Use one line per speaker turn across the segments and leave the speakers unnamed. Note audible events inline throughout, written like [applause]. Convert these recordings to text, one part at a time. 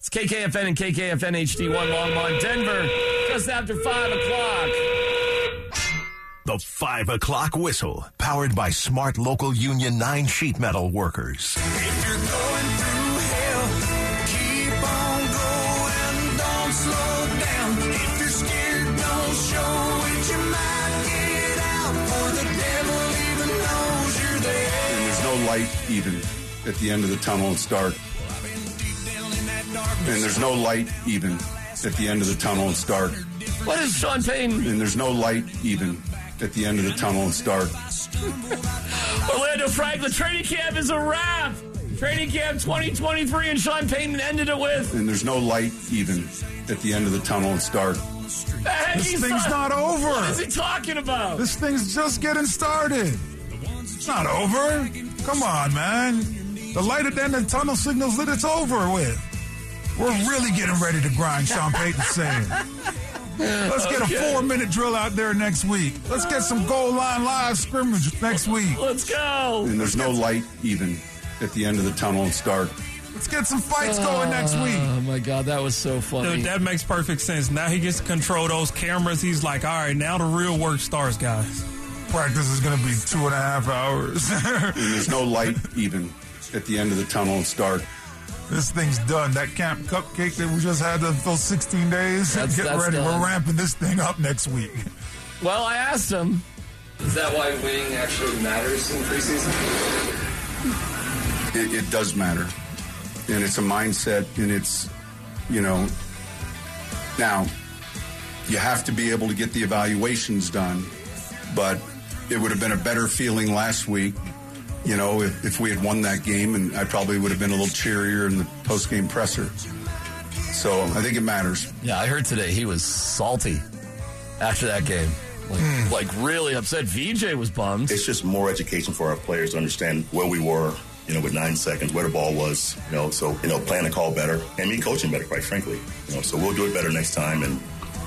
It's KKFN and KKFN HD1 Longmont, Denver, just after 5 o'clock.
The 5 o'clock whistle, powered by smart local Union 9 sheet metal workers.
If you're going through hell, keep on going, don't slow down. If you're scared, don't show it, you might get out. For the devil even knows you're there.
There's no light even at the end of the tunnel. It's dark. And there's no light even at the end of the tunnel. It's dark.
What is Sean Payton?
And there's no light even at the end of the tunnel. It's dark.
Orlando Franklin, training camp is a wrap. Training camp 2023, and Sean Payton ended it with,
And there's no light even at the end of the tunnel. It's dark.
"The heck
This
he's
thing's
talking-
not
What is
over.
he talking about?
This thing's just getting started. It's not over. Come on, man. The light at the end of the tunnel signals that it's over with. We're really getting ready to grind, Sean Payton's saying. Let's get a
Okay.
four minute drill out there next week. Let's get some goal line live scrimmage next week.
Let's go.
And there's no light even at the end of the tunnel. It's dark.
Let's get some fights going next week.
Oh my God, that was so funny.
Dude, that makes perfect sense. Now he gets to control those cameras. He's like, all right, now the real work starts, guys.
Practice is going to be two and a half hours. [laughs]
And there's no light even at the end of the tunnel. It's dark.
this thing's done. That camp cupcake that we just had the, those 16 days.
That's-
get
that's
ready.
done.
We're ramping this thing up next week.
well, I asked him.
Is that why winning actually matters in preseason?
it, it does matter. And it's a mindset, and it's, you know, now you have to be able to get the evaluations done, but it would have been a better feeling last week, you know, if, if we had won that game, and I probably would have been a little cheerier in the post game presser. So I think it matters.
Yeah, I heard today he was salty after that game. Like,
Hmm.
like really upset. VJ was bummed.
it's just more education for our players to understand where we were, you know, with nine seconds, where the ball was, you know, so, you know, playing the call better and me coaching better, quite frankly. You know, so we'll do it better next time and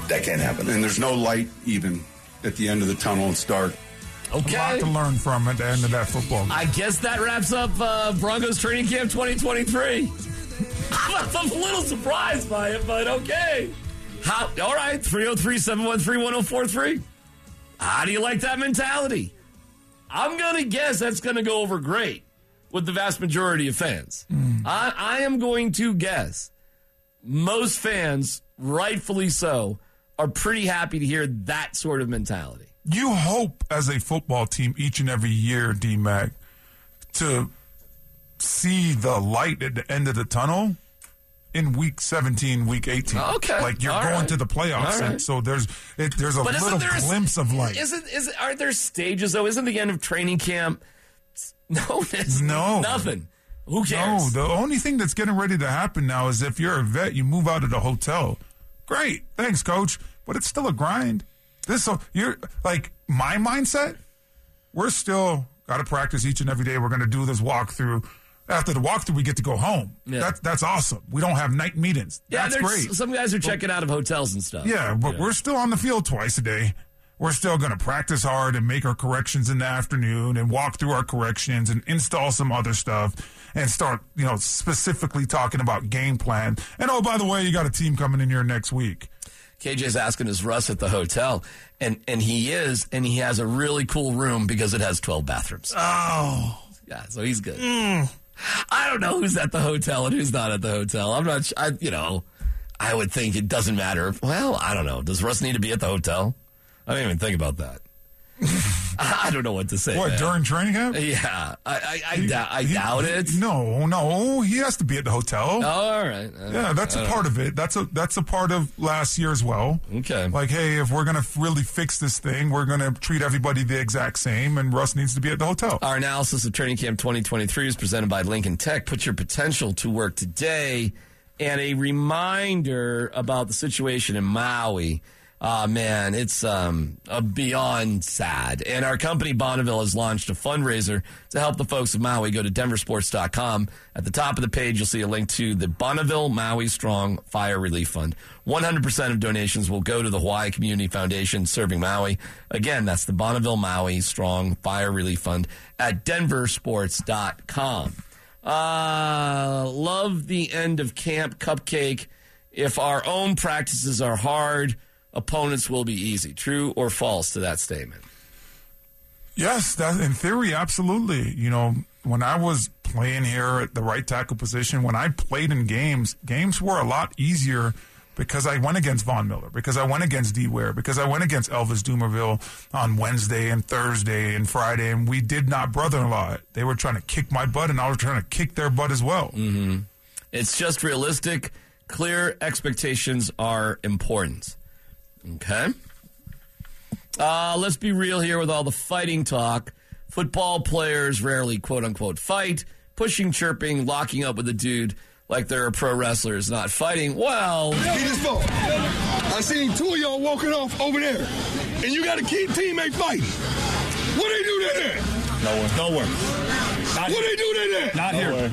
that can't happen.
And there's no light even at the end of the tunnel, it's dark.
A lot
Okay.
to learn from at the end of that football game.
I guess that wraps up uh, Broncos training camp 2023. [laughs] I'm a little surprised by it, but okay. How? All right, 303 713 1043. How do you like that mentality? I'm going to guess that's going to go over great with the vast majority of fans. I, I am going to guess most fans, rightfully so, are pretty happy to hear that sort of mentality.
You hope as a football team each and every year, D Mac, to see the light at the end of the tunnel in week 17, week 18.
Okay.
Like you're
All
going
right.
to the playoffs.
All
and
right.
so there's it, there's a
But
little
isn't there a s-
glimpse of light.
Isn't is aren't there stages though? Isn't the end of training camp? [laughs] No, there's
No.
nothing. Who
No,
cares?
the only thing that's getting ready to happen now is if you're a vet, you move out of the hotel. Great, thanks, coach. But it's still a grind. This so you're like my mindset. We're still got to practice each and every day. We're going to do this walkthrough. After the walkthrough, we get to go home.
Yeah.
That's that's awesome. We don't have night meetings.
yeah,
that's
there's-
great.
Some guys are checking out of hotels and stuff.
Yeah, but we're still on the field twice a day. We're still going to practice hard and make our corrections in the afternoon and walk through our corrections and install some other stuff and start, you know, specifically talking about game plan. And oh, by the way, you got a team coming in here next week.
KJ's asking is Russ at the hotel, and and he is, and he has a really cool room because it has twelve bathrooms. Oh, yeah, so he's good. I don't know who's at the hotel and who's not at the hotel. I'm not. su- I you know, I would think it doesn't matter. Well, I don't know. Does Russ need to be at the hotel? I didn't even think about that. [laughs] I don't know what to say.
What,
man.
during training camp?
Yeah, I I, I, dou- I doubt it.
No, no, he has to be at the hotel.
All right. All
Yeah,
right.
that's a part of it. That's a that's a part of last year as well.
Okay.
Like, hey, if we're gonna f- really fix this thing, we're gonna treat everybody the exact same, and Russ needs to be at the hotel.
Our analysis of Training Camp 2023 is presented by Lincoln Tech. Put your potential to work today. And a reminder about the situation in Maui. Ah, man, it's um, uh, beyond sad. And our company, Bonneville, has launched a fundraiser to help the folks of Maui. Go to denversports.com. At the top of the page, you'll see a link to the Bonneville Maui Strong Fire Relief Fund. 100% of donations will go to the Hawaii Community Foundation serving Maui. Again, that's the Bonneville Maui Strong Fire Relief Fund at denversports.com. Uh, love the end of camp cupcake. If our own practices are hard, opponents will be easy. True or false to that statement?
Yes, that in theory, absolutely. You know, when I was playing here at the right tackle position, when I played in games, games were a lot easier because I went against Von Miller, because I went against D Ware, because I went against Elvis Dumerville on Wednesday and Thursday and Friday, and we did not brother in law. They were trying to kick my butt, and I was trying to kick their butt as well.
It's just realistic. Clear expectations are important. Okay. Uh, let's be real here with all the fighting talk. Football players rarely quote unquote fight, pushing, chirping, locking up with a dude like they're a pro wrestler is not fighting. Well,
He just fought. I seen two of y'all walking off over there, and you got to keep teammate fighting. What they do down there?
Nowhere. Not,
What they do down there?
not here.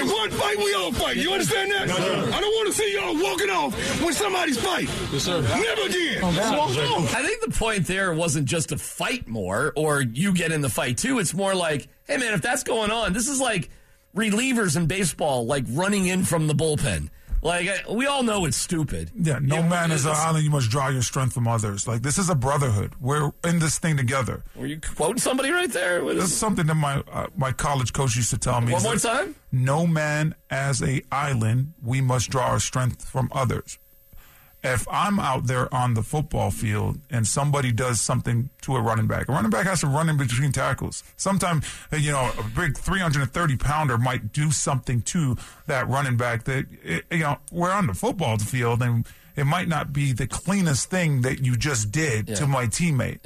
In one fight, we all fight. You understand that? I don't want to see y'all walking off when somebody's fighting. Yes, sir. Never again. Walk off.
I think the point there wasn't just to fight more or you get in the fight too. It's more like, hey man, if that's going on, this is like relievers in baseball, like running in from the bullpen. Like I, we all know it's stupid.
Yeah, no man is uh, an
it's-
island. You must draw your strength from others. Like this is a brotherhood. We're in this thing together.
Were you quoting somebody right there? What
That's
is-
something that my uh, my college coach used to tell me.
One
He's
more
like,
time?
No man as a island. We must draw our strength from others. If I'm out there on the football field and somebody does something to a running back, a running back has to run in between tackles. Sometimes, you know, a big 330 pounder might do something to that running back that, it- you know, we're on the football field and it might not be the cleanest thing that you just did to my teammate.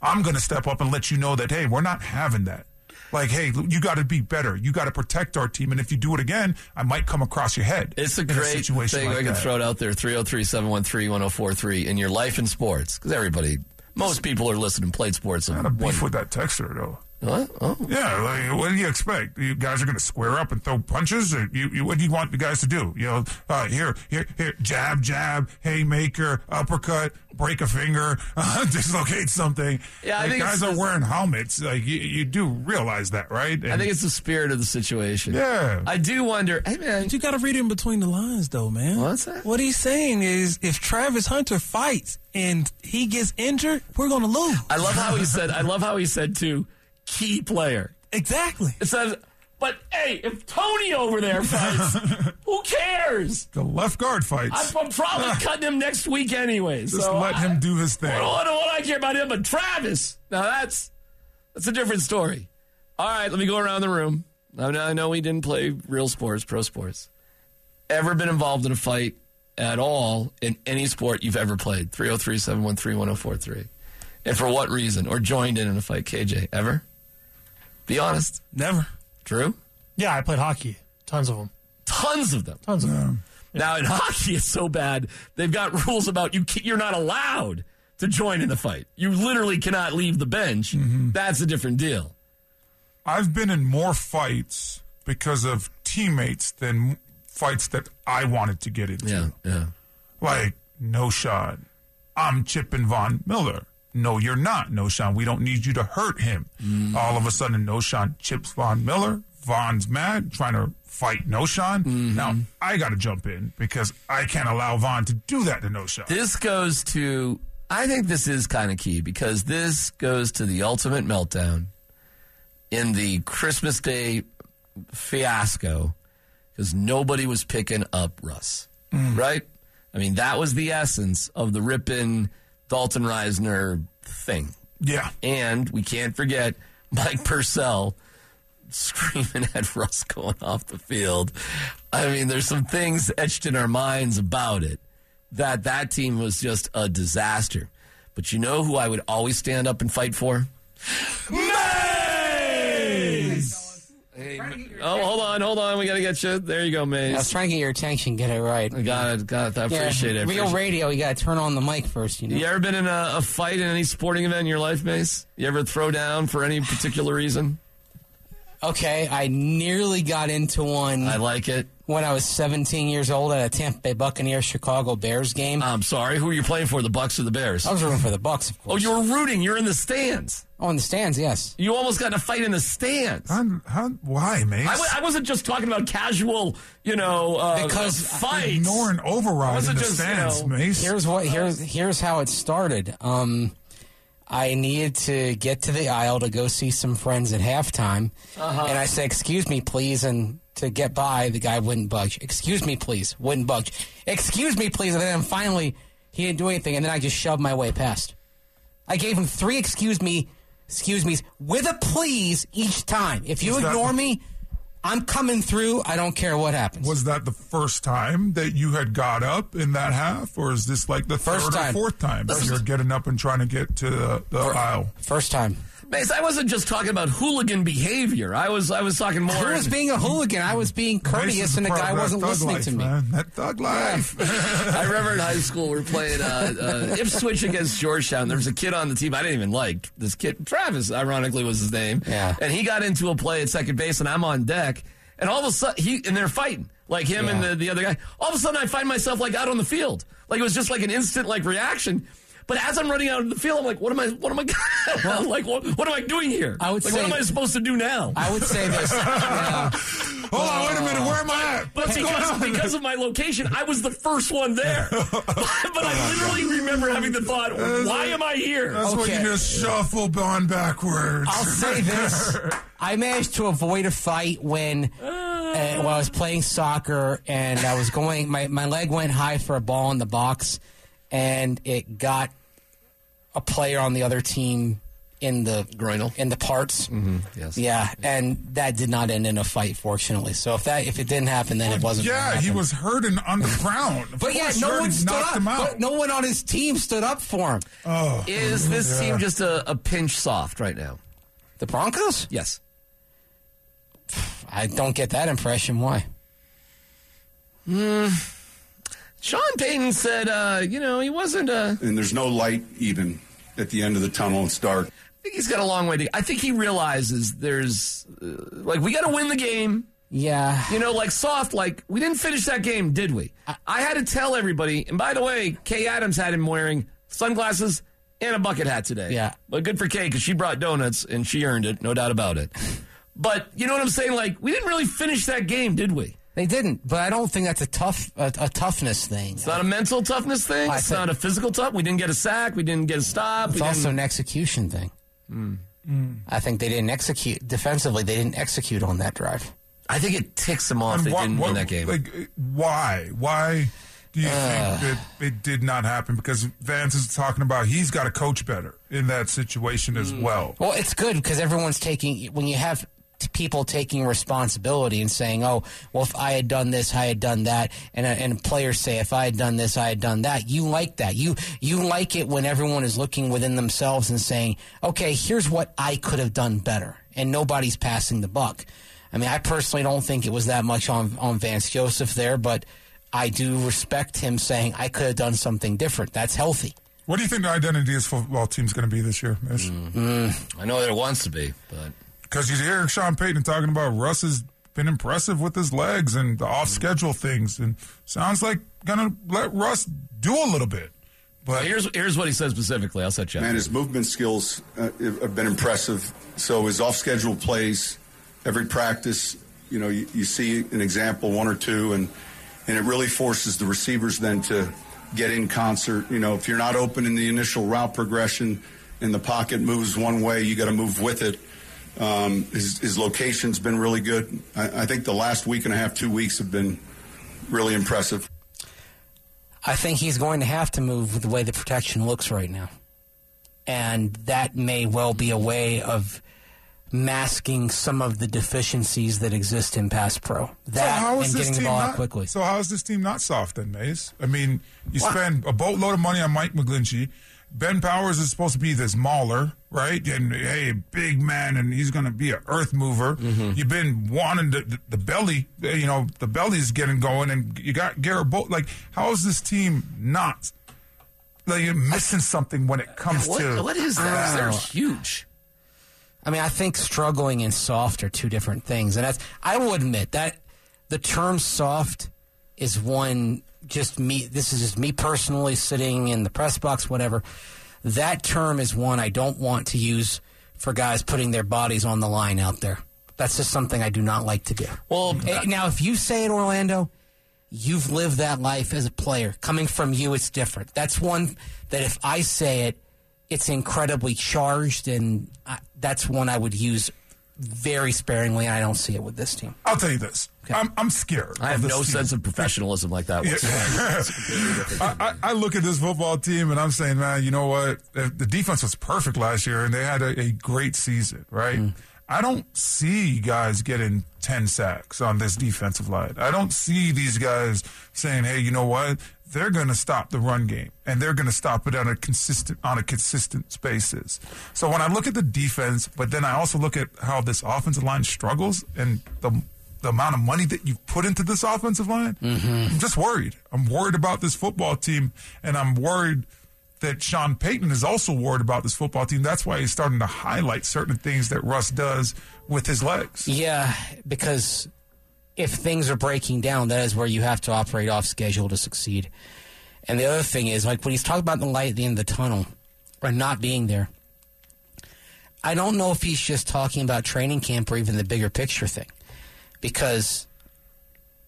I'm going to step up and let you know that, hey, we're not having that. Like, hey, you got to be better. You got to protect our team. And if you do it again, I might come across your head.
It's a
in
great
situation
thing.
like
I can
that.
throw it out there 303 713 1043 in your life in sports. Because everybody, most people are listening, played sports.
I
Of
had a
one,
beef with that texter, though.
what? Oh.
Yeah, like, what do you expect? You guys are going to square up and throw punches? Or you, you, what do you want the guys to do? You know, uh, here, here, here, jab, jab, haymaker, uppercut, break a finger, [laughs] dislocate something.
Yeah, I
Like,
think
guys
it's-
are wearing helmets. Like, you, you do realize that, right?
I think it's the spirit of the situation.
Yeah.
I do wonder, hey man,
But you got to read in between the lines, though, man.
What's that?
What he's saying is, if Travis Hunter fights and he gets injured, we're going to lose.
I love how he said, I love how he said to key player.
Exactly.
It says, but hey, if Tony over there fights, who cares?
the left guard fights.
I'm, I'm probably cutting him next week anyway.
Just
so
let
I-
him do his thing.
I don't know what I care about him, but Travis. Now that's that's a different story. All right, let me go around the room. I know, I know we didn't play real sports, pro sports. Ever been involved in a fight at all in any sport you've ever played? 303 713 1043. And for what reason? Or joined in in a fight, KJ? Ever? Be honest.
Never.
Drew?
Yeah, I played hockey. Tons of them.
Tons of them.
Tons of them.
Now in hockey, it's so bad they've got rules about you. ca- You're not allowed to join in the fight. You literally cannot leave the bench.
Mm-hmm.
That's a different deal.
I've been in more fights because of teammates than fights that I wanted to get into.
yeah.
Like, no shot. I'm Chippin' Von Miller. No, you're not, No Sean. We don't need you to hurt him.
Mm.
All of a sudden, No Sean chips Von Miller. Von's mad, trying to fight No Sean.
Mm-hmm.
Now, I got to jump in because I can't allow Von to do that to No Sean.
This goes to. I think this is kind of key because this goes to the ultimate meltdown in the Christmas Day fiasco because nobody was picking up Russ,
Mm.
right? I mean, that was the essence of the Rippin Dalton Reisner thing.
Yeah.
And we can't forget Mike Purcell screaming at Russ going off the field. I mean, there's some things etched in our minds about it that that team was just a disaster. But you know who I would always stand up and fight for? Mays! Hey, oh, hold on, hold on. We got to get you. There you go,
I was
Mays.
trying to get your attention, get it right.
I got it. Got it. I appreciate it. I
Real
appreciate it.
radio, you got to turn on the mic first, you know.
You ever been in a, a fight in any sporting event in your life, Mace? You ever throw down for any particular reason?
Okay, I nearly got into one. I
like it.
When I was 17 years old at a Tampa Bay Buccaneers Chicago Bears game.
I'm sorry. Who were you playing for? The Bucks or the Bears?
I was rooting for the Bucks, of course.
Uh, Oh, you were rooting. You're in the stands.
Oh, in the stands, yes.
You almost got in a fight in the stands.
why, man?
I, w- I wasn't just talking about casual, you know, uh,
Because-
fights.
Ignoring override
Was it
in the
just, you
stands,
know,
Mace.
Here's what here's here's how it started. Um, I needed to get to the aisle to go see some friends at halftime,
Uh-huh.
and I said, "Excuse me, please." And to get by, the guy wouldn't budge. Excuse me, please, wouldn't budge. Excuse me, please. And then finally, he didn't do anything, and then I just shoved my way past. I gave him three excuse me, excuse me's with a please each time. If you
Was that-
ignore me, I'm coming through. I don't care what happens.
Was that the first time that you had got up in that half, or is this like the
First
third
time.
or fourth time that you're getting up and trying to get to the, the aisle?
First time.
Mace, I wasn't just talking about hooligan behavior. I was I was talking more.
I was being a hooligan. I was being courteous, and the guy wasn't listening to me.
That thug life.
[laughs]
I remember in high school we were playing uh, uh, Ipswich against Georgetown. There was a kid on the team I didn't even like. This kid, Travis, ironically, was his name. Yeah. And he got into a play at second base, and I'm on deck. And all of a sudden, he and they're fighting like him and the, the other guy. All of a sudden, I find myself like out on the field. Like it was just like an instant like reaction. But as I'm running out of the field, I'm like, what am I? [laughs] What am I? like, what, what am I doing here?
I would
like,
say-
what am I supposed to do now?
I would say
[laughs]
this. yeah.
Hold on, wait a
Oh.
minute. Where am I at?
But
What's
because,
going on?
because of my location, I was the first one
[laughs]
there. [laughs] but I literally remember having the thought, why am I here?
That's what you
Okay.
just shuffle on backwards.
I'll say this. I managed to avoid a fight when, uh, when I was playing soccer and I was going, my, my leg went high for a ball in the box and it got a player on the other team in the
groinal
in the parts. Mm-hmm.
Yes.
Yeah, and that did not end in a fight, fortunately. So if that if it didn't happen, then it wasn't. gonna
yeah, he
happen.
was hurting on the ground. Of
But yeah,
course,
no
Jordan
one stood
knocked
up.
him out.
But no one on his team stood up for him.
Oh,
Is this
Yeah.
team just a, a pinch soft right now?
The Broncos?
Yes.
I don't get that impression. Why?
Sean Payton said, uh, you know, he wasn't uh, a.
And there's no light even at the end of the tunnel. It's dark.
I think he's got a long way to. I think he realizes there's. Uh, like, we got to win the game.
Yeah.
You know, like soft, like, we didn't finish that game, did we? I, had to tell everybody. And by the way, Kay Adams had him wearing sunglasses and a bucket hat today.
Yeah.
But good for Kay because she brought donuts and she earned it, no doubt about it. But you know what I'm saying? Like, we didn't really finish that game, did we?
They didn't, but I don't think that's a tough a, a toughness thing.
It's not a mental toughness thing.
I
It's
think-
not a physical tough. We didn't get a sack. We didn't get a stop.
It's
we
also
didn't-
an execution thing.
Hmm.
I think they didn't execute defensively. They didn't execute on that drive.
I think it ticks him off.
And
They
why-
didn't
why-
win that game.
Like, uh, why? Why do you
Ugh.
think that it did not happen? Because Vance is talking about he's got to coach better in that situation as
Mm.
well.
Well, it's good because everyone's taking when you have t- people taking responsibility and saying, "Oh, well, if I had done this, I had done that," and uh, and players say, "If I had done this, I had done that." You like that. You you like it when everyone is looking within themselves and saying, "Okay, here's what I could have done better," and nobody's passing the buck. I mean, I personally don't think it was that much on on Vance Joseph there, but I do respect him saying, "I could have done something different." That's healthy.
What do you think the identity of this football team's going to be this year, Mish?
Mm. I know there wants to be, but
Because you hear Sean Payton talking about Russ has been impressive with his legs and the
Mm.
off schedule things, and sounds like gonna let Russ do a little bit. But
here's here's what he said specifically. I'll set you up.
Man, his movement skills uh, have been impressive. So his off-schedule plays, every practice, you know, you, you see an example, one or two, and and it really forces the receivers then to get in concert. You know, if you're not open in the initial route progression, and the pocket moves one way, you got to move with it. Um, his, his location's been really good. I, I think the last week and a half, two weeks have been
[laughs]
really impressive.
I think he's going to have to move with the way the protection looks right now. And that may well be a way of masking some of the deficiencies that exist in pass pro. That and getting the ball out
not,
quickly.
So how is this team not soft then, Mays? I mean, you spend a boatload of money on Mike McGlinchey. Ben Powers is supposed to be this mauler, right? And hey, big man, and he's going to be an earth mover.
Mm-hmm.
You've been wanting the, the, the belly, uh, you know, the belly's getting going, and you got Garrett Bolt. Like, how is this team not like you're missing something when it comes
What-
to
what is
I
that?
don't
They're
know.
huge.
I mean, I think struggling and soft are two different things, and that's I will admit that the term soft is one just me. This is just me personally sitting in the press box, whatever. That term is one I don't want to use for guys putting their bodies on the line out there. That's just something I do not like to do. Well, now if you say it, Orlando, you've lived that life as a player. Coming from you, it's different. That's one that if I say it, it's incredibly charged, and I, that's one I would use very sparingly. And I don't see it with this team.
I'll tell you this. I'm, I'm scared.
I have
this
no
team.
sense of professionalism like that
Yeah.
whatsoever. It's completely different.
I, I I look at this football team and I'm saying, man, you know what? The the defense was perfect last year and they had a, a great season, right? I don't see guys getting 10 sacks on this defensive line. I don't see these guys saying, hey, you know what? They're going to stop the run game and they're going to stop it on a consistent on a consistent basis. So when I look at the defense, but then I also look at how this offensive line struggles and the the amount of money that you've put into this offensive line,
Mm-hmm.
I'm just worried. I'm worried about this football team, and I'm worried that Sean Payton is also worried about this football team. That's why he's starting to highlight certain things that Russ does with his legs.
Yeah, because if things are breaking down, that is where you have to operate off schedule to succeed. And the other thing is, like when he's talking about the light at the end of the tunnel or not being there, I don't know if he's just talking about training camp or even the bigger picture thing. Because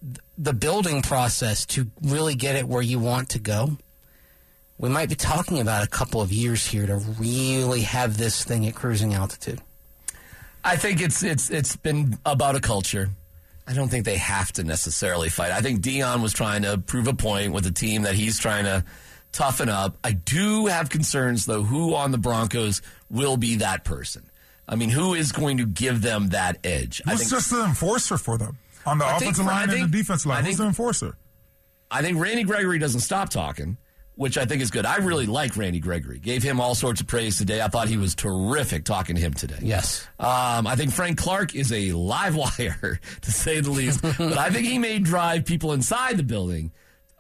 th- the building process to really get it where you want to go, we might be talking about a couple of years here to really have this thing at cruising altitude.
I think it's it's it's been about a culture. I don't think they have to necessarily fight. I think Dion was trying to prove a point with a team that he's trying to toughen up. I do have concerns though who on the Broncos will be that person. I mean, who is going to give them that edge? I
Who's
think
just the enforcer for them on the
I think-
offensive line
I think-
and the defense line?
I
Who's
think-
the enforcer?
I think Randy Gregory doesn't stop talking, which I think is good. I really like Randy Gregory. Gave him all sorts of praise today. I thought he was terrific talking to him today.
Yes.
Um, I think Frank Clark is a live wire, [laughs] to say the least. but I think he may drive people inside the building.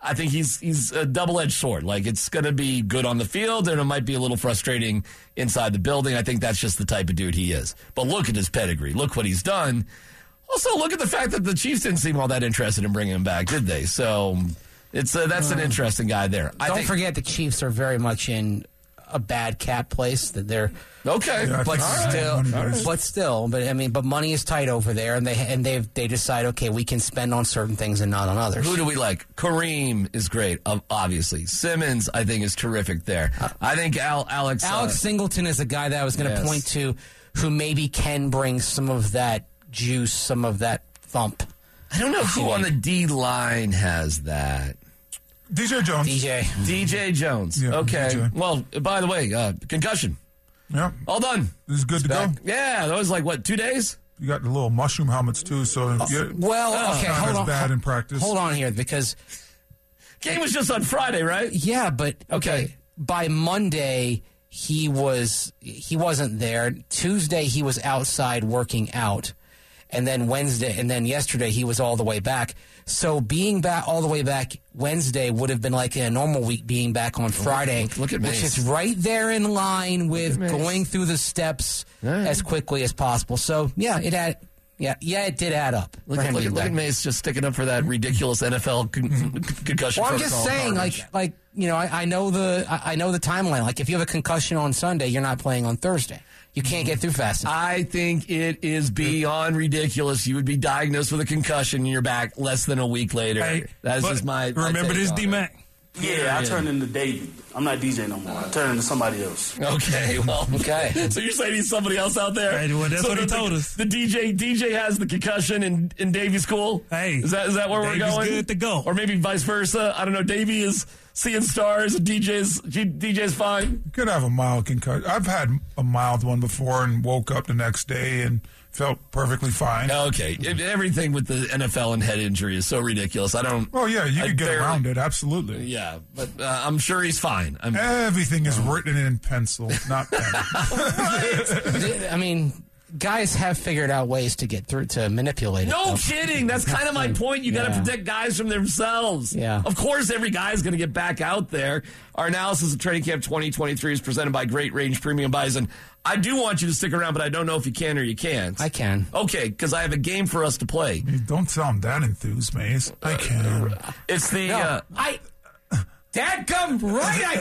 I think he's he's a double edged sword. Like it's going to be good on the field, and it might be a little frustrating inside the building. I think that's just the type of dude he is. But look at his pedigree. Look what he's done. Also, look at the fact that the Chiefs didn't seem all that interested in bringing him back, did they? So it's uh, that's an interesting guy there. I
don't
think,
forget the Chiefs are very much in a bad cat place that they're
Okay, Yeah, I
but
think so.
still,
All right.
but still, but I mean, but money is tight over there, and they and they they decide okay, we can spend on certain things and not on others.
Who do we like? Kareem is great, ob- obviously. Simmons, I think, is terrific there. I think Al- Alex. uh,
Alex Singleton is a guy that I was going to
Yes.
point to, who maybe can bring some of that juice, some of that thump.
I don't know who on the D line has that.
DJ Jones.
DJ.
DJ Jones.
Yeah,
okay.
DJ.
Well, by the way, uh, concussion.
Yeah,
All done.
this is good to go.
Yeah, that was like, what, two days?
You got the little mushroom helmets too, so
Uh,
you're
Well, okay,
not
hold
as
on,
bad in practice.
hold on here because
Game was just on Friday, right?
Yeah, but okay.
Okay.
By Monday, he was he wasn't there. Tuesday, he was outside working out, and then Wednesday, and then yesterday, he was all the way back. So being back all the way back Wednesday would have been like a normal week. Being back on Friday,
look- look at
which
Mace.
is right there in line with going through the steps as quickly as possible. So yeah, it had yeah yeah it did add up.
Look
for
at,
him
look,
to
at,
be
look at
back.
Mace just sticking up for that ridiculous NFL con- concussion.
Mm-hmm. Well,
protocol
I'm just saying,
garbage.
like, like you know, I, I know the I, I know the timeline. Like, if you have a concussion on Sunday, you're not playing on Thursday. You can't get through fast. enough.
I think it is beyond ridiculous. You would be diagnosed with a concussion and you're back less than a week later.
Hey,
that is
but
just my. my
Remember
take
this,
on it.
D Mac?
Yeah, I turned into David. I'm not DJ no more. I turned into somebody else.
Okay, well,
[laughs]
Okay.
So you're saying he's somebody else out there?
Hey, well, that's
So
what he
the-
told us.
The DJ DJ has the concussion and and Davey's cool.
Hey,
is that is that where
Davey's
we're going?
good to go.
Or maybe vice versa. I don't know. Davey is seeing stars. and DJ's G- DJ's fine.
could have a mild concussion. I've had a mild one before and woke up the next day and felt perfectly fine.
Okay, If everything with the NFL and head injury is so ridiculous. I don't.
Oh yeah, you
I
could get
barely-
around it. Absolutely.
Yeah, but uh, I'm sure he's fine. I'm, [laughs]
Everything is written in pencil, not pen.
I mean, guys have figured out ways to get through to manipulate it.
No
though.
kidding. That's kind
[laughs]
of my point. You got to
Yeah.
protect guys from themselves.
Yeah.
Of course, every guy is going to get back out there. Our analysis of training camp 2023 is presented by Great Range Premium Bison. I do want you to stick around, but I don't know if you can or you can't. I
can.
Okay, because I have a game for us to play.
Don't sound that enthused, Maze. I can.
It's the. Uh, I. Dad, come right! I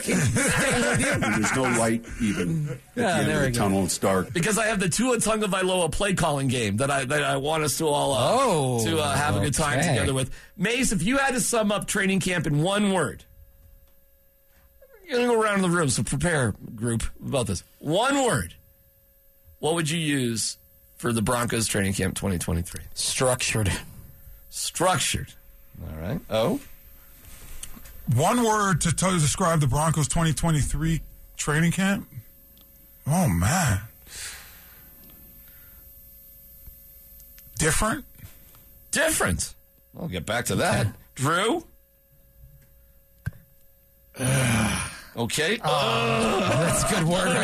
can.
There's no light even at the
Yeah,
end
there
of the
we go.
tunnel. It's dark.
Because I have the Tua Tunga Vailoa play calling game that I that I want us to all uh,
Oh,
to uh, have a good time
okay.
together with. Mace, if you had to sum up training camp in one word, you're gonna go around the room. So prepare, group, about this one word. What would you use for the Broncos training camp 2023?
Structured.
Structured. All right. Oh.
One word to t- describe the Broncos 2023 training camp? Oh, man. Different?
Different. I'll get back to that. Drew? [sighs] okay.
Uh,
that's a good word. [laughs]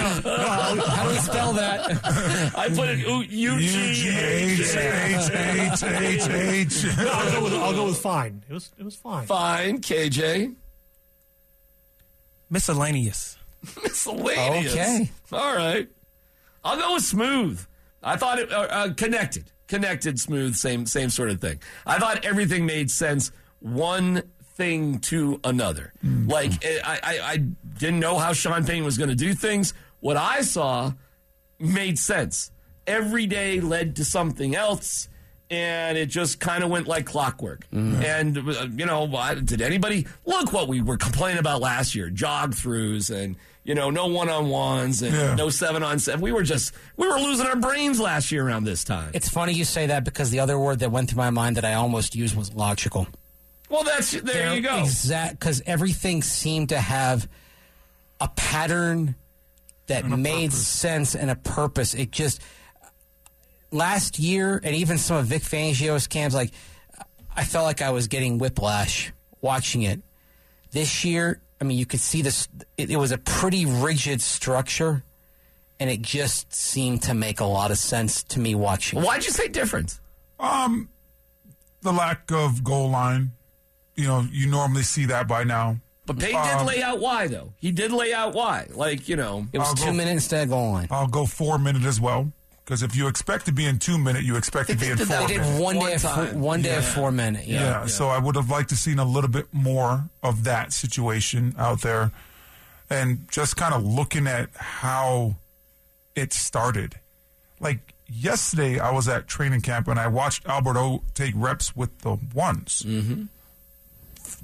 How do we
[laughs]
spell that?
I put it U G
H H H H.
No, I'll, go with, I'll go with fine. It was it was fine.
Fine, KJ.
Miscellaneous.
[laughs] Miscellaneous.
Okay.
All right. I'll go with smooth. I thought it uh, uh, connected, connected, smooth, same same sort of thing. I thought everything made sense. One thing to another. Like eh, I, I, I didn't know how Sean Payne was going to do things. What I saw made sense. Every day led to something else, and it just kind of went like clockwork. And uh, you know, why- did anybody look what we were complaining about last year? Jog throughs and you know, no one on ones and
Yeah.
no seven on seven. We were just we were losing our brains last year around this time.
It's funny you say that because the other word that went through my mind that I almost used was logical.
Well, that's there, you go.
Exact, because everything seemed to have a pattern that made sense and a purpose. It just last year, and even some of Vic Fangio's cams, like I felt like I was getting whiplash watching it. This year, I mean, you could see this. It, it was a pretty rigid structure, and it just seemed to make a lot of sense to me watching. it.
Why'd you say different?
Um, the lack of goal line. You know, you normally see that by now.
But Payne did lay out why though. He did lay out why. Like you know,
It was two minute instead of goal line.
I'll go four minute as well. Because if you expect to be in two minute, you expect to be in
They
four
did
minute.
one day of four, one day of four minute.
Yeah. So I would have liked to seen a little bit more of that situation out there, and just kind of looking at how it started. Like yesterday, I was at training camp and I watched Alberto take reps with the ones. Mm-hmm.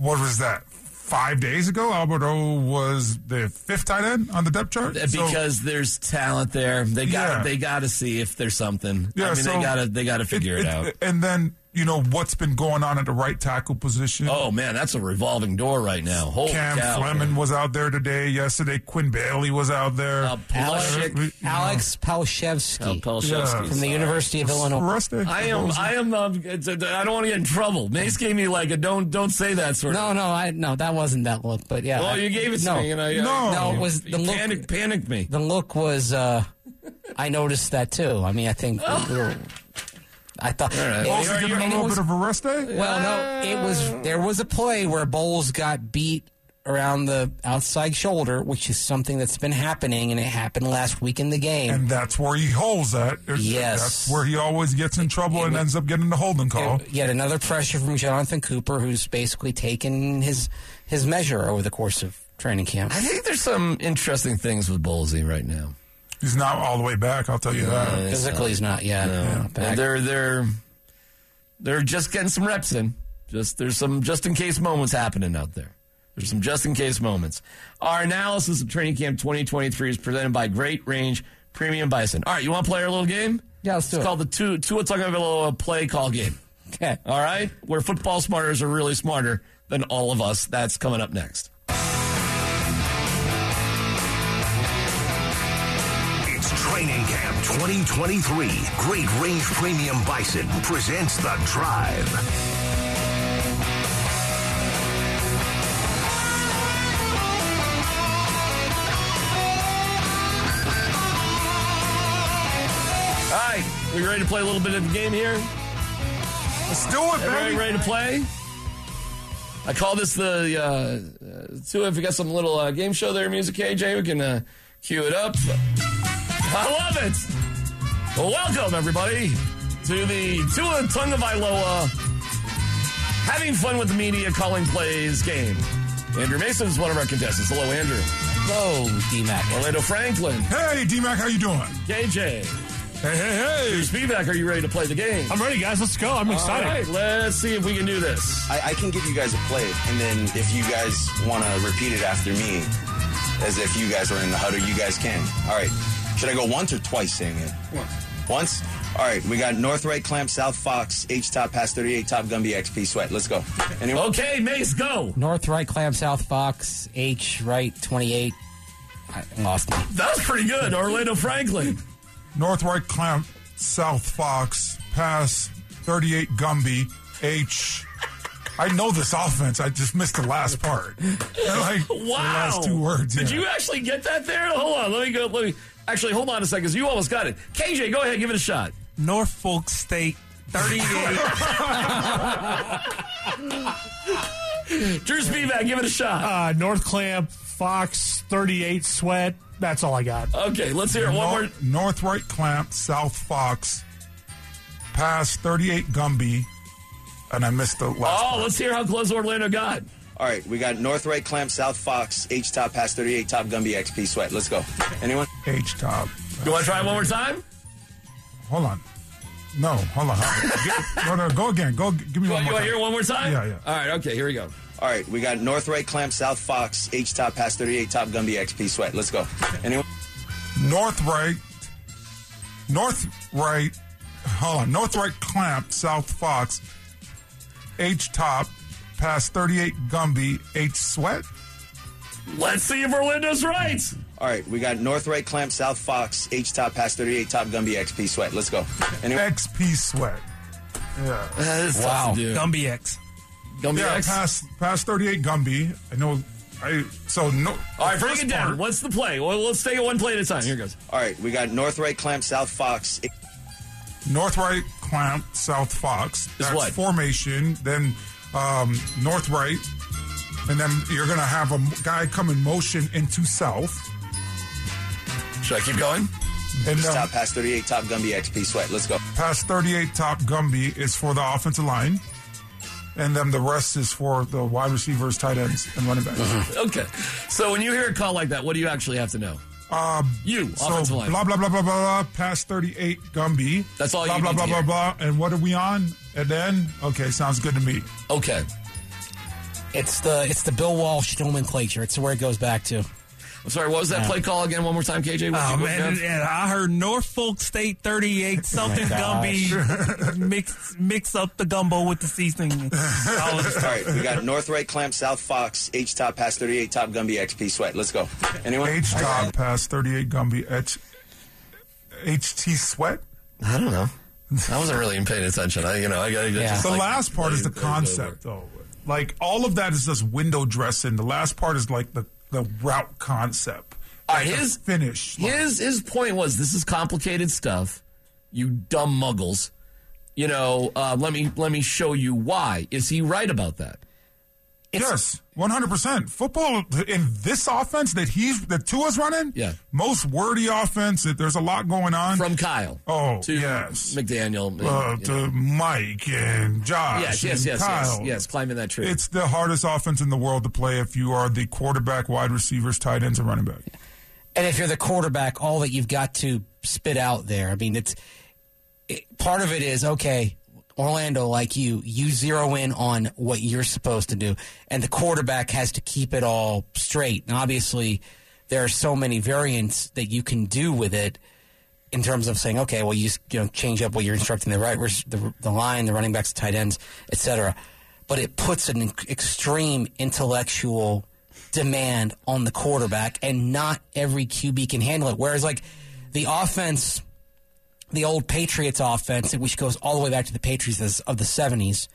What was that? Five days ago, Alberto was the fifth tight end on the depth chart. So-
because there's talent there. They got
Yeah.
they got to see if there's something. I
Yeah,
mean,
so
they got to they got to figure it, out.
and then you know what's been going on at the right tackle position.
oh man, that's a revolving door right now. Holy
Cam
cow!
Fleming was out there today. Yesterday, Quinn Bailey was out there.
Uh,
Uh,
Alex-
Alex Palshevsky,
Palshevsky,
from the
sorry.
University of Illinois.
I am. I am. Um, it's a, I don't want to get in trouble. Mace gave me like a don't don't say that sort.
No,
of
no, I no, that wasn't that look, but yeah.
Well,
I-
you gave it to
no,
me, and I- I-
no,
No.
it was the
You
look.
panic- panicked me.
The look was. uh I noticed that too. I mean, I think. we were- I thought.
All
and-
right. Also,
and
give him a
it
little
was-
bit of a rest day.
Well, no, it was there was a play where Bowles got beat around the outside shoulder, which is something that's been happening, and it happened last week in the game.
and that's where he holds at.
Yes.
that's where he always gets in trouble and ends up getting the holding call.
Yet another pressure from Jonathan Cooper, who's basically taken his his measure over the course of training camp.
I think there's some interesting things with Bolsey right now.
He's not all the way back. I'll tell you that.
it's
Physically, he's not yet. Not back.
They're they're they're just getting some reps in. Just there's some just in case moments happening out there. There's some just in case moments. Our analysis of training camp 2023 is presented by Great Range Premium Bison. All right, you want to play our little game? Yeah, let's do it's it. It's called the two Tua Tagovailoa play call game.
[laughs] Okay.
All right, where football smarters are really smarter than all of us. That's coming up next.
It's Training Camp 2023. Great Range Premium Bison presents The Drive.
All right, We ready to play a little bit of the game here?
Let's do it,
Everybody ready to play? I call this the uh, uh, two. If we got some little uh, game show there, music KJ, we can uh, cue it up. I love it. Well, welcome everybody to the Tua Tonga Vailoa having fun with the media calling plays game. Andrew Mason is one of our contestants. Hello, Andrew.
Hello, Oh, DMAC.
Orlando Franklin.
Hey, DMAC, how you doing?
KJ. Hey, hey, hey. Bruce Beeback, are you ready to play the game?
I'm ready, guys. Let's go. I'm excited.
All right, let's see if we can do this.
I, I can give you guys a play, and then if you guys want to repeat it after me, as if you guys were in the huddle, you guys can. All right. Should I go once or twice saying it? Once? All right. We got North Right Clamp, South Fox, H Top, Pass 38, Top Gumby, XP Sweat. Let's go. Anyone?
Okay, Mace, go.
North right clam, south fox, H right 28. I lost me.
That was pretty good, Orlando Franklin.
North Right Clamp, South Fox, pass 38 Gumby, H. I know this offense. I just missed the last part. like the
Wow.
last two words.
Did
yeah.
you actually get that there? Hold on. Let me go. Let me. Actually, hold on a second. 'cause You almost got it. KJ, go ahead. Give it a shot.
Norfolk State 38.
Drew Speedback, give it a
[laughs]
shot.
Uh, North Clamp, Fox, 38, Sweat. That's all I got.
Okay, let's hear it one more.
North, North right clamp, South Fox, pass 38 Gumby, and I missed the last.
Oh, let's hear how close Orlando got.
All right. We got North Right Clamp, South Fox, H Top, Pass 38, Top Gumby, XP Sweat. Let's go. Anyone?
Oh.
H top.
You want to try it one more time?
Hold on. No, hold on. Get- no, no, go again. Go g- give me
You want
one more.
to
time.
hear it one more time?
Yeah, yeah.
All right, okay, here we go.
All right. We got North Right Clamp, South Fox, H Top, Pass 38, Top Gumby, XP Sweat. Let's go. Anyone?
North right, North right, hold on. North right clamp, South Fox, H top, pass 38 Gumby, H sweat.
Let's see if Orlando's right.
All right, we got North Right Clamp, South Fox, H Top, Pass 38, Top Gumby, XP Sweat. Let's go. Anyone?
XP sweat. Yeah.
wow.
Gumby X.
Gumby
Yeah,
X.
pass, pass 38 Gumby. I know. I so no.
All right, break
first
it down.
part-
What's the play? Well, let's take it one play at a time. Here goes.
All right, we got North Right Clamp, South Fox.
North right clamp, South Fox. That's
what?
formation. Then um, North right, and then you're gonna have a m- guy come in motion into South,
Should I keep going?
and
H
then
Top, Pass 38, Top Gumby, XP Sweat. Let's go.
pass 38 top Gumby is for the offensive line, and then the rest is for the wide receivers, tight ends, and running
[laughs]
backs.
Okay. So when you hear a call like that, what do you actually have to know?
Um,
You, offensive
so
line.
blah blah blah blah blah. Pass 38 Gumby.
That's all you
blah,
need
blah,
to
blah,
hear.
blah blah. And what are we on? And then okay, sounds good to me.
Okay.
It's the it's the Bill Walsh nomenclature. It's where it goes back to.
I'm sorry, what was that play call again? One more time, KJ? What
Oh,
did you- what
man.
did you have?
and I heard Norfolk State
[laughs]
38, something
gosh.
Gumby. mix, mix up the gumbo with the seasoning. All of
All
this.
right, we got North Right Clamp, South Fox, H Top, Pass 38, Top Gumby, XP Sweat. Let's go. Anyone?
H top pass 38 Gumby. H HT sweat.
I don't
[laughs]
know. I wasn't really paying attention. I, you know, I got
Yeah.
just
The
like-
last part is the
Over.
concept, though. Like all of that is just window dressing. The last part is like the the route concept.
All
Like
right,
the
his-
finish. Like,
His his point was this is complicated stuff. You dumb muggles. You know, uh, let me let me show you why. Is he right about that?
yes, one hundred percent. Football in this offense that he's that Tua's running.
Yeah.
most wordy offense. That there's a lot going on.
From Kyle.
Oh,
to
yes.
McDaniel. and,
uh,
you know.
to Mike and Josh.
yes, yes,
and
yes,
Kyle.
yes, yes. Climbing that tree.
It's the hardest offense in the world to play if you are the quarterback, wide receivers, tight ends, and running back.
And if you're the quarterback, all that you've got to spit out there. I mean, it's it, part of it is okay. Orlando, like you, you zero in on what you're supposed to do, and the quarterback has to keep it all straight. And obviously, there are so many variants that you can do with it in terms of saying, okay, well, you just, you know change up what you're instructing the right, the, the line, the running backs, tight ends, etc. But it puts an ex- extreme intellectual demand on the quarterback, and not every QB can handle it. Whereas, like the offense, the old Patriots offense, which goes all the way back to the Patriots of the '70s,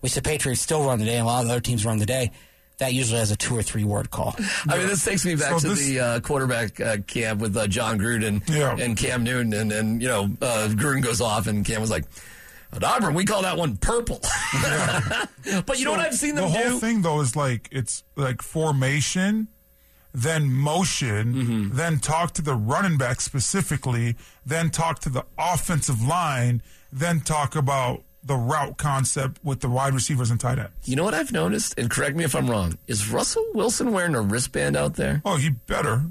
which the Patriots still run today, and a lot of the other teams run today. that usually has a two or three word call.
I mean, this takes me back
So
to
this-
the uh, quarterback uh, camp with uh, John Gruden and Cam Newton, and, and you know uh, Gruden goes off, and Cam was like, "Auburn, we call that one purple." [laughs] but you know what I've seen them
the whole
do?
thing though is like it's like formation, then motion,
Mm-hmm.
then talk to the running back specifically, then talk to the offensive line, then talk about the route concept with the wide receivers and tight end.
You know what I've noticed, and correct me if I'm wrong. Is Russell Wilson wearing a wristband out there?
Oh, he better.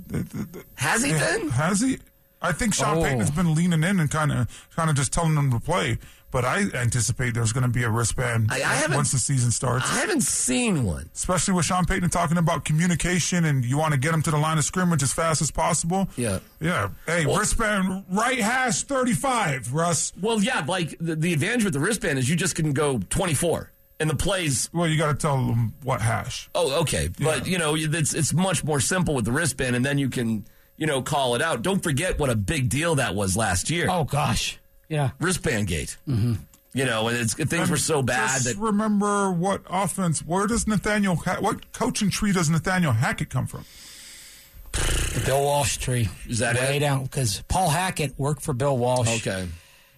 Has he
Yeah,
been?
Has he? I think Sean
Oh.
Payton's been leaning in and kind of kind of just telling them to play. But I anticipate there's going to be a wristband
I haven't-
once the season starts. I
haven't seen one,
especially with Sean Payton talking about communication and you want to get him to the line of scrimmage as fast as possible.
Yeah.
Yeah. Hey,
Well-
wristband right hash thirty five, Russ.
Well, yeah. Like the, the advantage with the wristband is you just can go 24, and the plays.
Well, you got to tell them what hash.
Oh, okay. But you know, it's it's much more simple with the wristband, and then you can you know call it out. Don't forget what a big deal that was last year.
Oh gosh, yeah,
wristband gate. Mm-hmm. You know, and it's things were so bad
Just
that
remember what offense? Where does Nathaniel? Ha- what coaching tree does Nathaniel Hackett come from?
The Bill Walsh tree.
Is that
Way
it?
down because Paul Hackett worked for Bill Walsh.
Okay.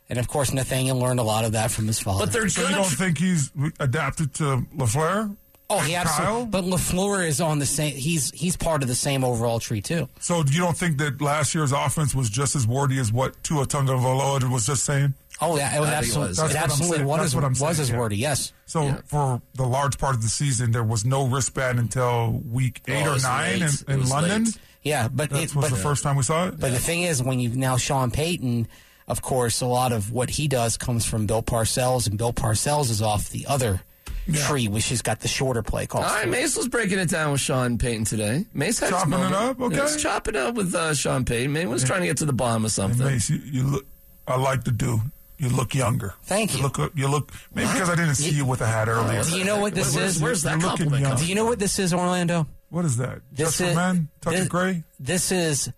And of course, Nathaniel learned a lot of that from his father.
so you don't think he's adapted to Lafleur?
Oh, he
Kyle?
absolutely. But Lafleur is on the same. He's he's part of the same overall tree too.
So you don't think that last year's offense was just as warty as what Tua Tagovailoa was just saying?
Oh yeah, it was absolutely. It,
That's what I'm
absolutely
saying.
was,
That's
as-
what I'm
was
saying,
as
yeah.
wordy. Yes.
So for the large part of the season, there was no wristband until week
Eight
eight or nine in, in London.
Yeah, but
that
it
was
but,
the first time we saw it.
But the thing is, when you now Sean Payton, of course, a lot of what he does comes from Bill Parcells, and Bill Parcells is off the other tree, which has got the shorter play calls.
All right, Mace was breaking it down with Sean Payton today. Mace had his
Chopping it
moment.
up, okay.
Yeah, he's chopping up with uh, Sean Payton. Maybe was trying to get to the bottom of
And
something.
Mace, you, you look. I like the dude. You look younger.
Thank
you. Look, you look. Maybe because I didn't see you with a hat earlier.
Do you know what this
Where's-
is?
where's that You're looking compliment young. come
Do you know what this is, Orlando?
What is that?
This
Just for
is
men? Tucker
this,
Gray?
This is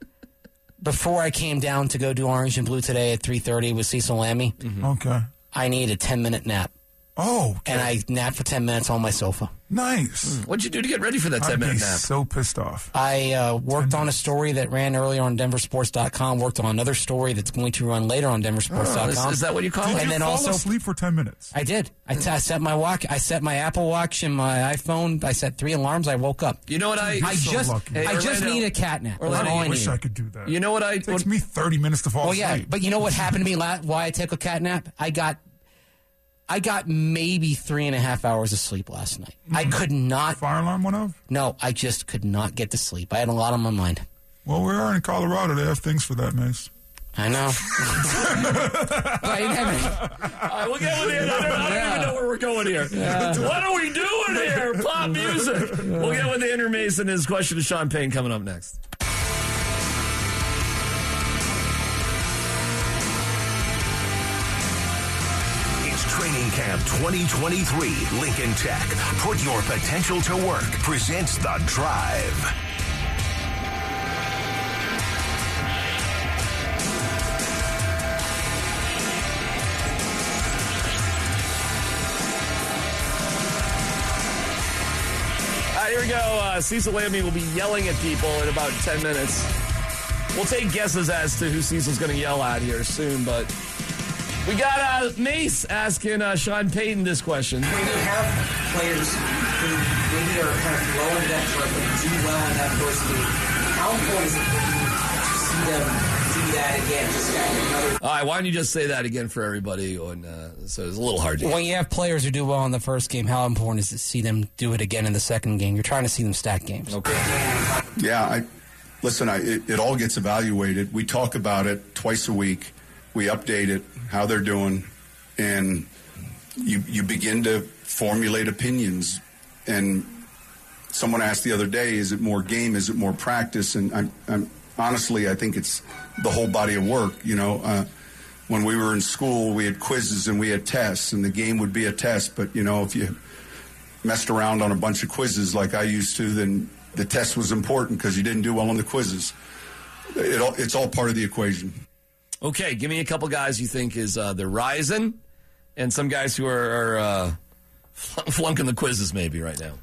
before I came down to go do orange and blue today at three thirty with Cecil Lammy.
Okay.
I need a ten minute nap.
Oh,
Mm-hmm. and I Mm-hmm. napped for ten minutes on my sofa.
Nice.
What'd you do to get ready for that 10
I'd
minute
be
nap?
so pissed off.
I uh, worked on a story that ran earlier on denversports.com, worked on another story that's going to run later on denversports.com.
Oh, is- is that what you call
Did
And
you
then
fall
also
asleep for ten minutes?
I did. I, t- I set my watch. I set my Apple Watch and my iPhone. I set three alarms. I woke up.
You know what I?
I just I just need a cat nap. That's
Orlando,
all I
wish
need.
I could do that.
You know what I?
It takes me thirty minutes to fall
Well,
asleep.
Oh, yeah, but you know what happened to me? La- why I took a cat nap? I got, I got maybe three and a half hours of sleep last night. I could not.
Fire alarm went off.
No, I just could not get to sleep. I had a lot on my mind.
Well, we are in Colorado. They have things for that, Mace.
I know. I didn't have any.
All right, we'll get with it. I don't, I don't even know where we're going here. What are we doing here? Pop music. We'll get with Andrew Mason. His question to Sean Payne coming up next.
It's Training Camp 2023, Lincoln Tech. Put your potential to work. Presents The Drive.
All right, here we go. Uh, Cecil Lammy will be yelling at people in about 10 minutes. We'll take guesses as to who Cecil's going to yell at here soon, but we got uh, Mace asking uh, Sean Payton this question.
when you have players who maybe are kind of low in depth but they do well in adversity, how important is it for you to see them do that again? Just kind of another
All right, why don't you just say that again for everybody? And, uh, so it's a little hard to
When you have players who do well in the first game, how important is it to see them do it again in the second game? You're trying to see them stack games.
Yeah, I listen. I, it, it all gets evaluated. We talk about it twice a week. We update it how they're doing, and you you begin to formulate opinions. And someone asked the other day, "Is it more game? Is it more practice?" And I'm, I'm honestly, I think it's the whole body of work. You know, uh, when we were in school, we had quizzes and we had tests, and the game would be a test. But you know, if you messed around on a bunch of quizzes like I used to, then the test was important because you didn't do well on the quizzes. It all, it's all part of the equation.
Okay, give me a couple guys you think is uh, they're rising, and some guys who are, are uh, flunking the quizzes maybe right now.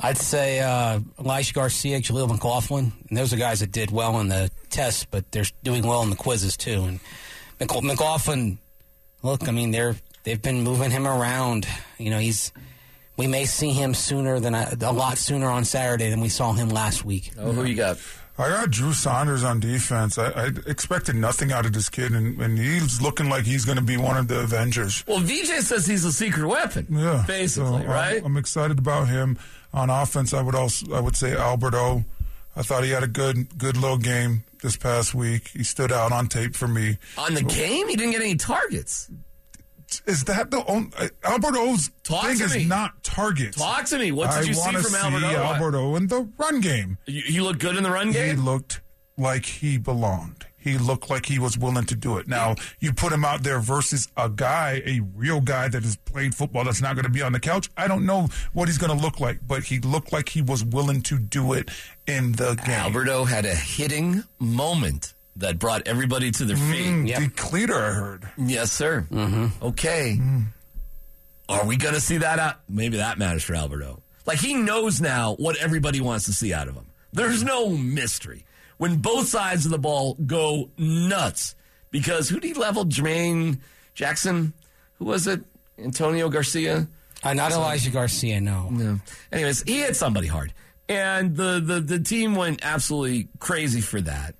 I'd say uh, Elisha Garcia, Jaleel McLaughlin, and those are guys that did well in the tests, but they're doing well in the quizzes too. And McL- McLaughlin, look, I mean, they're they've been moving him around. You know, he's we may see him sooner than I, a lot sooner on Saturday than we saw him last week.
Oh, got?
I got Drew Saunders on defense. I, I expected nothing out of this kid, and, and he's looking like he's going to be one of the Avengers.
Well, VJ says he's a secret weapon.
Yeah,
basically,
So, um,
right?
I'm, I'm excited about him on offense. I would also I would say Alberto. I thought he had a good good little game this past week. He stood out on tape for me.
On the game, he didn't get any targets.
Is that the only Alberto's
Talk
thing
to
is
me.
not targets?
Talk to me. What did
I
you see
wanna
from
see
Alberto?
Alberto in the run game.
You, you look good in the run
He
game.
looked like he belonged. He looked like he was willing to do it. Now, you put him out there versus a guy, a real guy that has played football that's not going to be on the couch. I don't know what he's going to look like, but he looked like he was willing to do it in the game.
Alberto had a hitting moment that brought everybody to their feet.
Mm, Decleater, I heard.
Yes, sir. Okay. Are we going to see that out? Maybe that matters for Alberto. Like, he knows now what everybody wants to see out of him. There's no mystery. When both sides of the ball go nuts, because who did he level? Jermaine Jackson? Who was it? Antonio Garcia?
Uh, not Elijah Garcia, no.
No. Anyways, he hit somebody hard. And the, the, the team went absolutely crazy for that.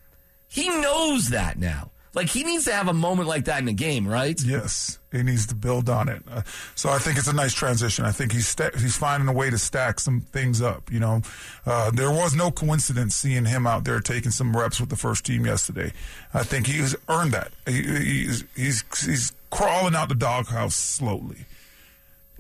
He knows that now. Like, he needs to have a moment like that in a game, right?
Yes, he needs to build on it. Uh, so I think it's a nice transition. I think he's sta- he's finding a way to stack some things up. You know, uh, there was no coincidence seeing him out there taking some reps with the first team yesterday. I think he's earned that. He, he's he's he's crawling out the doghouse slowly.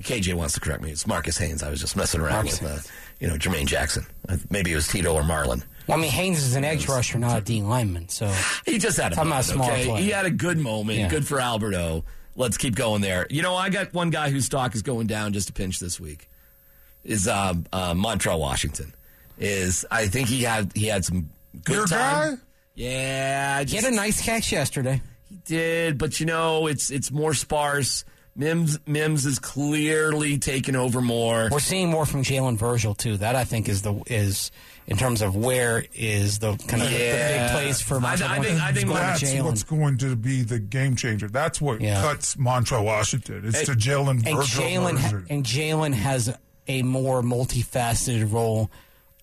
KJ wants to correct me. It's Marcus Haynes. I was just messing around
Marcus
with, uh, you know, Jermaine Jackson. Uh, Maybe it was Tito or Marlon.
Well, I mean, Haynes is an edge rusher, not a D lineman. So
He just had a
Talking about
moment,
a smaller
okay?
player.
He had a good moment.
Yeah.
Good for Alberto. Let's keep going there. You know, I got one guy whose stock is going down just a pinch this week. Is uh, uh, Montreal Washington? Is I think he had he had some good
Your
time.
guy?
Yeah,
he
just-
had a nice catch yesterday.
He did, but you know, it's it's more sparse. Mims Mims is clearly taking over more.
We're seeing more from Jalen Virgil too. That I think is the is in terms of where is the kind of the- the
Yeah.
big place
I-
for
I
Montrezl
think- I think
going to
That's
Jalen.
what's going to be the game changer. That's what
Yeah.
cuts Montreal Washington. It's the Jalen
and
Virgil.
Jalen ha-
version.
and Jalen has a more multifaceted role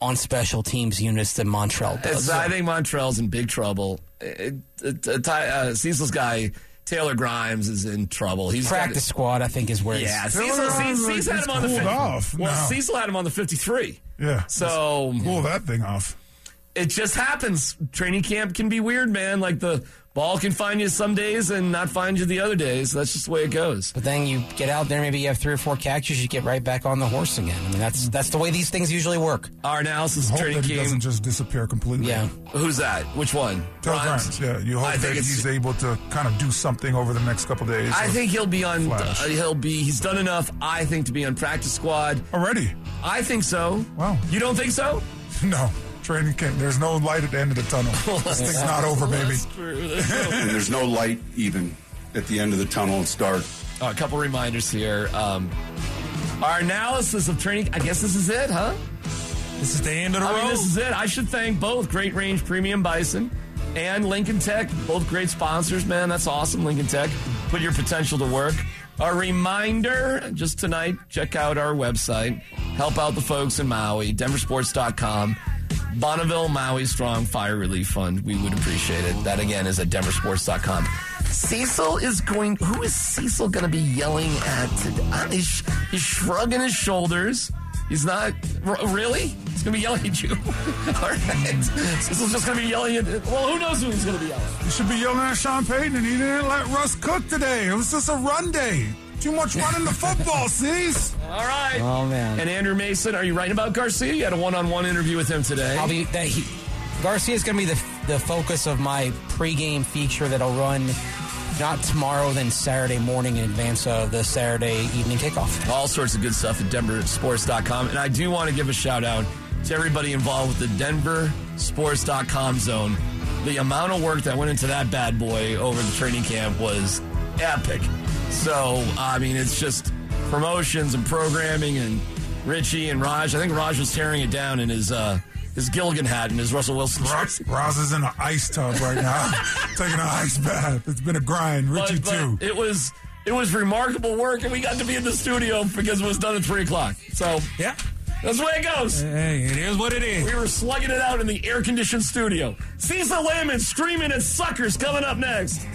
on special teams units than Montrell does.
It's- I think Montrell's in big trouble. It, it, uh, Ty, uh, Cecil's guy Taylor Grimes is in trouble. He's got-
practice squad, I think, is where. it's-
Yeah,
Taylor
Cecil,
Grimes
Cecil, Cecil had
is
him on the
cooled
fifty.
off
Well,
now.
Cecil had him on the fifty-three.
yeah.
So
pull that thing off.
it just happens. Training camp can be weird, man. Like the ball can find you some days and not find you the other days. That's just the way it goes.
But then you get out there, maybe you have three or four catches, you get right back on the horse again. I mean, that's that's the way these things usually work.
Our analysis of
Hope
training
that he doesn't
camp.
just disappear completely.
Yeah.
Who's that? Which one?
Taylor
Grimes?
Grimes, yeah. You hope
I
that
think it's-
he's able to kind of do something over the next couple days.
I
or-
think he'll be on.
Flash.
uh, he'll be. He's done enough. I think to be on practice squad
already. [laughs]
I think so.
Wow.
You don't think so?
No, training camp. There's no light at the end of the
[laughs]
tunnel. this thing's not over, baby.
and there's no light even at the end of the tunnel. It's dark.
Uh, a couple reminders here. Um, our analysis of training. I guess this is it, huh?
This is the end of the
I mean,
road.
this is it. I should thank both Great Range Premium Bison and Lincoln Tech, both great sponsors, man. That's awesome, Lincoln Tech. Put your potential to work. A reminder just tonight, check out our website. Help out the folks in Maui, denversports.com. Bonneville Maui Strong Fire Relief Fund. We would appreciate it. That again is at denversports.com. Cecil is going. Who is Cecil going to be yelling at? Today? Uh, He's, he's shrugging his shoulders. He's not r- really. He's gonna be yelling at you. [laughs] All right. Cecil's just gonna be yelling at. Well, who knows who he's gonna be yelling? at?
You should be yelling at Sean Payton, and he didn't let Russ cook today. It was just a run day. Too much running
[laughs]
the football, sees?
All right.
Oh, man.
And Andrew Mason, are you writing about Garcia? You had a one-on-one interview with him today.
I'll be that he Garcia's going to be the the focus of my pregame feature that'll run not tomorrow, then Saturday morning in advance of the Saturday evening kickoff.
all sorts of good stuff at denversports.com. And I do want to give a shout out to everybody involved with the denversports.com zone. The amount of work that went into that bad boy over the training camp was epic. So, I mean, it's just promotions and programming and Richie and Raj. I think Raj was tearing it down in his uh, his Gilligan hat and his Russell Wilson.
Roz, Roz is in an ice tub right now, [laughs] taking an ice bath. It's been a grind.
But-
Richie,
but
too.
It was it was remarkable work, and we got to be in the studio because it was done at three o'clock. So yeah, that's the way it goes. Hey, it is what it is. We were slugging it out in the air conditioned studio. Cecil Lamont screaming at suckers coming up next.